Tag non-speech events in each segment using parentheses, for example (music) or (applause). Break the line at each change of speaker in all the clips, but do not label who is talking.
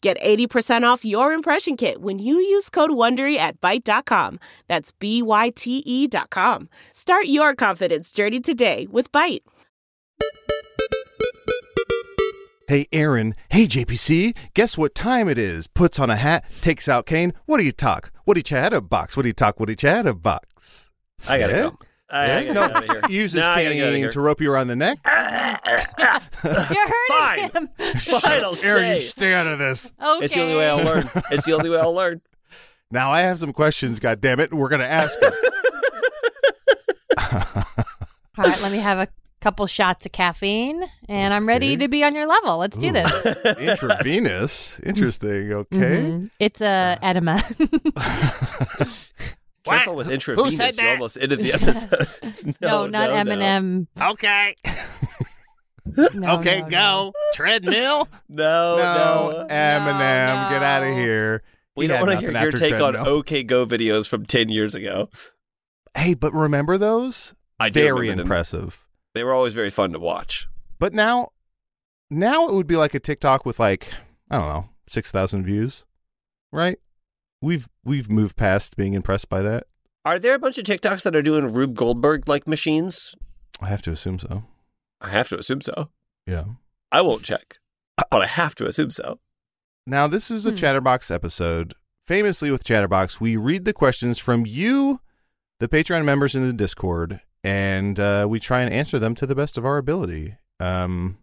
Get 80% off your impression kit when you use code WONDERY at Byte.com. That's B-Y-T-E E dot com. Start your confidence journey today with Byte.
Hey, Aaron. Hey, JPC. Guess what time it is? Puts on a hat, takes out cane. What do you talk? What do you chatterbox? What do you talk? What do you chatterbox?
I gotta
Yeah?
go. I, I
Yeah?
Ah, gotta get out of here.
No, uses
No, I gotta get out of
cane
here.
to rope you around the neck.
You're hurting
Fine. (laughs)
him.
Fine, I'll
Aaron, you
stay.
stay out of this.
Okay.
It's the only way
(laughs)
I'll learn. It's the only way I'll learn.
Now I have some questions. God damn it, we're gonna
(laughs)
ask. them.
All right,
(laughs)
let me have a couple shots of caffeine, and I'm ready
Okay.
to be on your level. Let's do this.
Intravenous. Interesting. Okay.
Mhm. It's a edema. (laughs)
Careful with intravenous.
said
You
that?
almost ended
(laughs)
the episode. (laughs)
no, not
no, no. (gasps)
Eminem.
Okay.
No, no, no.
(laughs)
Treadmill.
No,
no,
Oh, no.
Eminem,
No,
get out of
no.
here.
We
He
don't
had
want to
nothing
hear your
after
take on
treadmill.
OK Go videos from 10 years ago.
Hey, but remember those?
I do
Very
remember them.
impressive.
They were always very fun to watch.
But now, now it would be like a TikTok with like I don't know six thousand views, right? We've we've moved past being impressed by that.
Are there a bunch of TikToks that are doing Rube Goldberg like machines?
I have to assume so.
I have to assume so.
Yeah.
I won't check, but I have to assume so.
Now this is a
Hmm.
Chatterbox episode. Famously with Chatterbox, we read the questions from you, the Patreon members in the Discord, and uh, we try and answer them to the best of our ability. Um,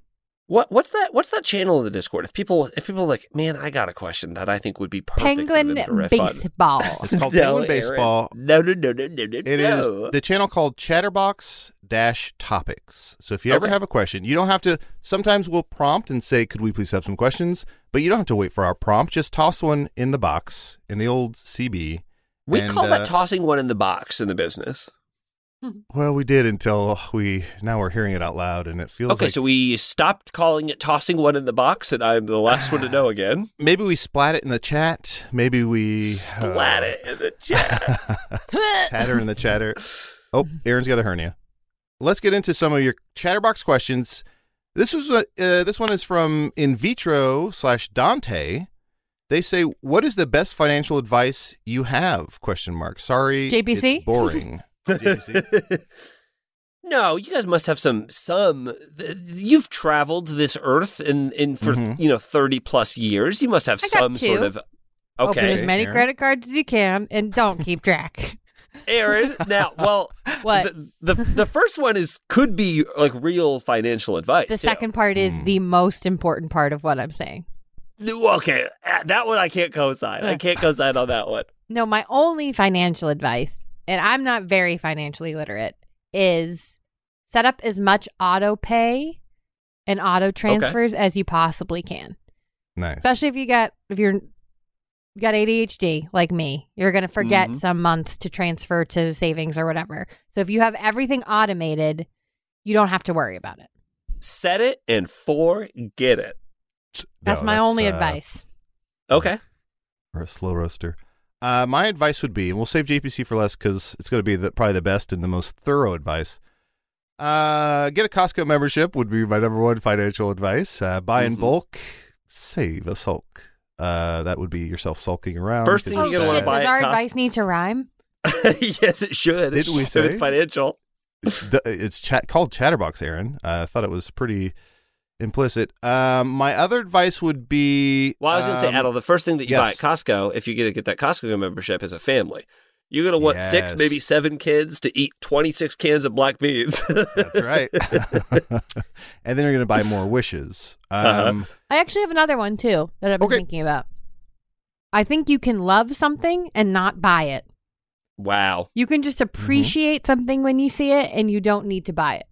What what's that? What's that channel in the Discord? If people if people are like, man, I got a question that I think would be perfect for them to
Penguin
riff on." (laughs)
baseball.
it's called
No,
Penguin
Aaron.
Baseball.
No, no, no, no, no,
(laughs)
no.
It is the channel called Chatterbox Dash Topics. So if you ever
Okay.
have a question, you don't have to. Sometimes we'll prompt and say, "Could we please have some questions?" But you don't have to wait for our prompt. Just toss one in the box in the old CB.
we
And,
call
uh,
that tossing one in the box in the business.
Well, we did until we now we're hearing it out loud, and it feels
Okay,
like
so we stopped calling it tossing one in the box, and I'm the last one to
(sighs)
know again.
maybe we splat it in the chat. Maybe we uh,
Splat it in the
(laughs)
chat. (laughs)
Chatter in the chatter. Oh, Aaron's got a hernia. Let's get into some of your chatterbox questions. This was a, uh, this one is from In Vitro slash Dante. They say, "What is the best financial advice you have?" Question mark. Sorry,
JPC?
It's
(laughs)
boring. JPC.
No, you guys must have some some. th- You've traveled this earth in in for
Mhm.
you know thirty plus years. You must have
I got
some sort
two.
of.
Open
Okay,
as many
Aaron.
credit cards as you can, and don't keep
(laughs)
track.
Aaron. Now, well,
What?
the, the the first one is could be like real financial advice.
The
too.
second part is
Hmm.
the most important part of what I'm saying.
Okay, uh, that one I can't co-sign. I can't co-sign on that one.
No, my only financial advice, and I'm not very financially literate, is set up as much auto pay and auto transfers as you possibly can.
nice.
Especially if you got if you're you got ADHD like me, you're going to forget
Mhm.
some months to transfer to savings or whatever. So if you have everything automated, you don't have to worry about it.
Set it and forget it.
That's
No,
my only
uh,
advice.
Okay.
Or a slow roaster. Uh, my advice would be, and we'll save JPC for less because it's going to be the, probably the best and the most thorough advice. Uh, get a Costco membership would be my number one financial advice. Uh, buy in
Mhm.
bulk, save a sulk. Uh, that would be yourself sulking around.
First
because
thing
you
you're gonna
said-
shit,
wanna buy
does
at
our
Costco.
advice need to rhyme?
(laughs) yes, it should.
Didn't we
It should.
say?
it's financial?
D- it's chat called Chatterbox, Aaron. Uh, I thought it was pretty implicit. Um, my other advice would be.
Well, I was going to
um,
say, Adel, the first thing that you buy
yes.
at Costco, if you get to get that Costco membership, is a family. You're going to want
Yes.
six, maybe seven kids to eat 26 cans of black beans. (laughs)
That's right. (laughs) and then you're going to buy more wishes. Um,
Uh-huh.
I actually have another one too that I've been
Okay.
thinking about. I think you can love something and not buy it.
wow.
You can just
Mm-hmm.
appreciate something when you see it and you don't need to buy it.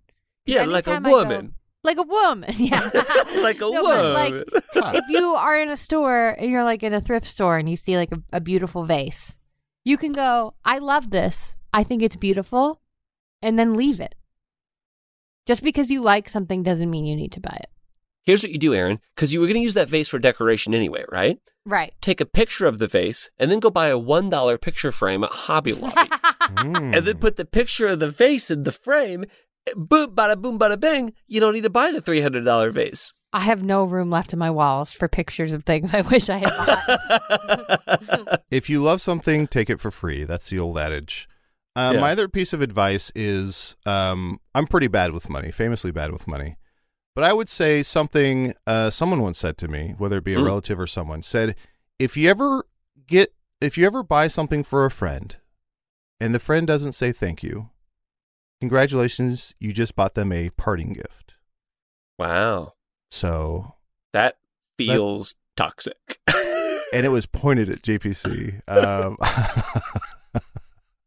Yeah, like a
Anytime I go-
woman.
Like a woman. (laughs) Yeah.
(laughs) like a
No, but,
woman.
like, if you are in a store and you're like in a thrift store and you see like a, a beautiful vase You can go, I love this. I think it's beautiful, and then leave it. Just because you like something doesn't mean you need to buy it.
Here's what you do, Aaron, because you were going to use that vase for decoration anyway, right?
Right.
Take a picture of the vase and then go buy a $1 picture frame at (laughs) Hobby Lobby
Mm.
and then put the picture of the vase in the frame. Boom, bada boom, bada bang. You don't need to buy the $300 vase. (laughs)
I have no room left in my walls for pictures of things (laughs) I wish I had bought.
if you love something, take it for free. That's the old adage. Uh,
Yeah.
My other piece of advice is um, I'm pretty bad with money, famously bad with money. But I would say something uh, someone once said to me, whether it be a
Mm.
relative or someone, said, if you ever get, if you ever buy something for a friend and the friend doesn't say thank you, congratulations, you just bought them a parting gift.
Wow.
So,
That feels toxic. (laughs)
and it was pointed at JPC. Um, (laughs)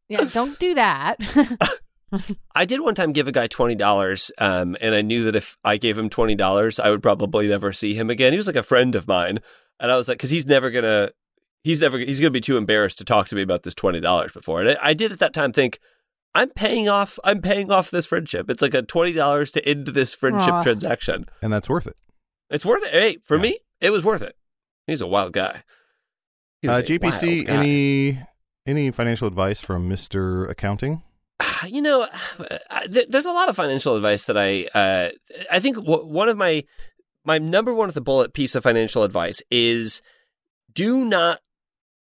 yeah, don't do that. (laughs)
I did one time give a guy twenty dollars, um, and I knew that if I gave him twenty dollars, I would probably never see him again. He was like a friend of mine, and I was like, because he's never gonna, he's never, he's gonna be too embarrassed to talk to me about this twenty dollars before. And I, I did at that time think, I'm paying off, I'm paying off this friendship. It's like a twenty dollars to end this friendship
Aw.
transaction.
and that's worth it.
It's worth it. Hey, for
Yeah.
me, it was worth it. He's a wild guy. He was
Uh,
a wild
JPC,
guy.
any any financial advice from Mister Accounting?
Ah, (sighs) you know, I- th- there's a lot of financial advice that I uh, I think w- one of my my number one of the bullet piece of financial advice is do not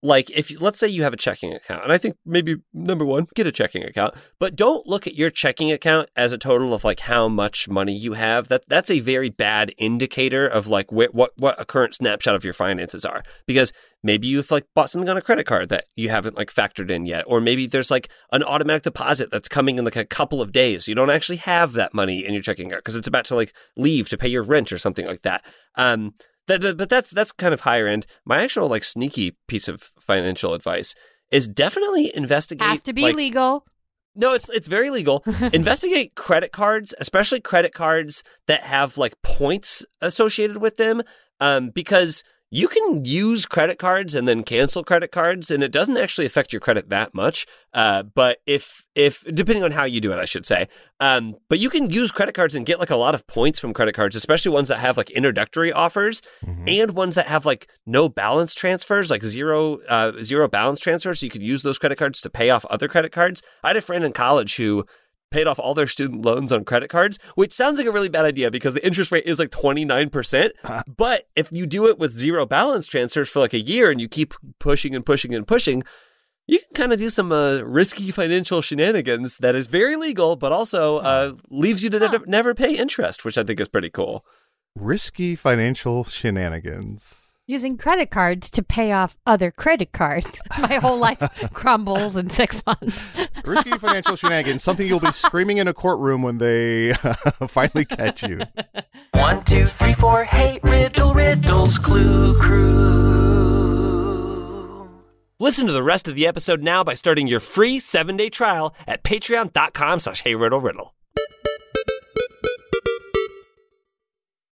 like if let's say you have a checking account and I think maybe number one get a checking account but don't look at your checking account as a total of like how much money you have that that's a very bad indicator of like where, what what a current snapshot of your finances are because maybe you've like bought something on a credit card that you haven't like factored in yet or maybe there's like an automatic deposit that's coming in like a couple of days you don't actually have that money in your checking account because it's about to like leave to pay your rent or something like that um that, that- but that's that's kind of higher end my actual like sneaky piece of financial advice is definitely investigate
Has to be
like,
legal.
no, it's it's very
(laughs)
legal. Investigate credit cards, especially credit cards that have like points associated with them, um, because you can use credit cards and then cancel credit cards, and it doesn't actually affect your credit that much. Uh, but if if depending on how you do it, I should say. Um, but you can use credit cards and get like a lot of points from credit cards, especially ones that have like introductory offers
Mm-hmm.
and ones that have like no balance transfers, like zero uh, zero balance transfers. So you could use those credit cards to pay off other credit cards. I had a friend in college who paid off all their student loans on credit cards, which sounds like a really bad idea because the interest rate is like 29%. But if you do it with zero balance transfers for like a year and you keep pushing and pushing and pushing, you can kind of do some uh, risky financial shenanigans that is very legal, but also uh, leaves you to ne- never pay interest, which I think is pretty cool.
Risky financial shenanigans.
Using credit cards to pay off other credit cards. (laughs) My whole life crumbles in six months.
Risky financial shenanigans. Something you'll (laughs) be screaming in a courtroom when they (laughs) finally catch you.
One, two, three, four, hey, riddle, riddles, clue, crew.
Listen to the rest of the episode now by starting your free seven-day trial at patreon.com slash heyriddleriddle.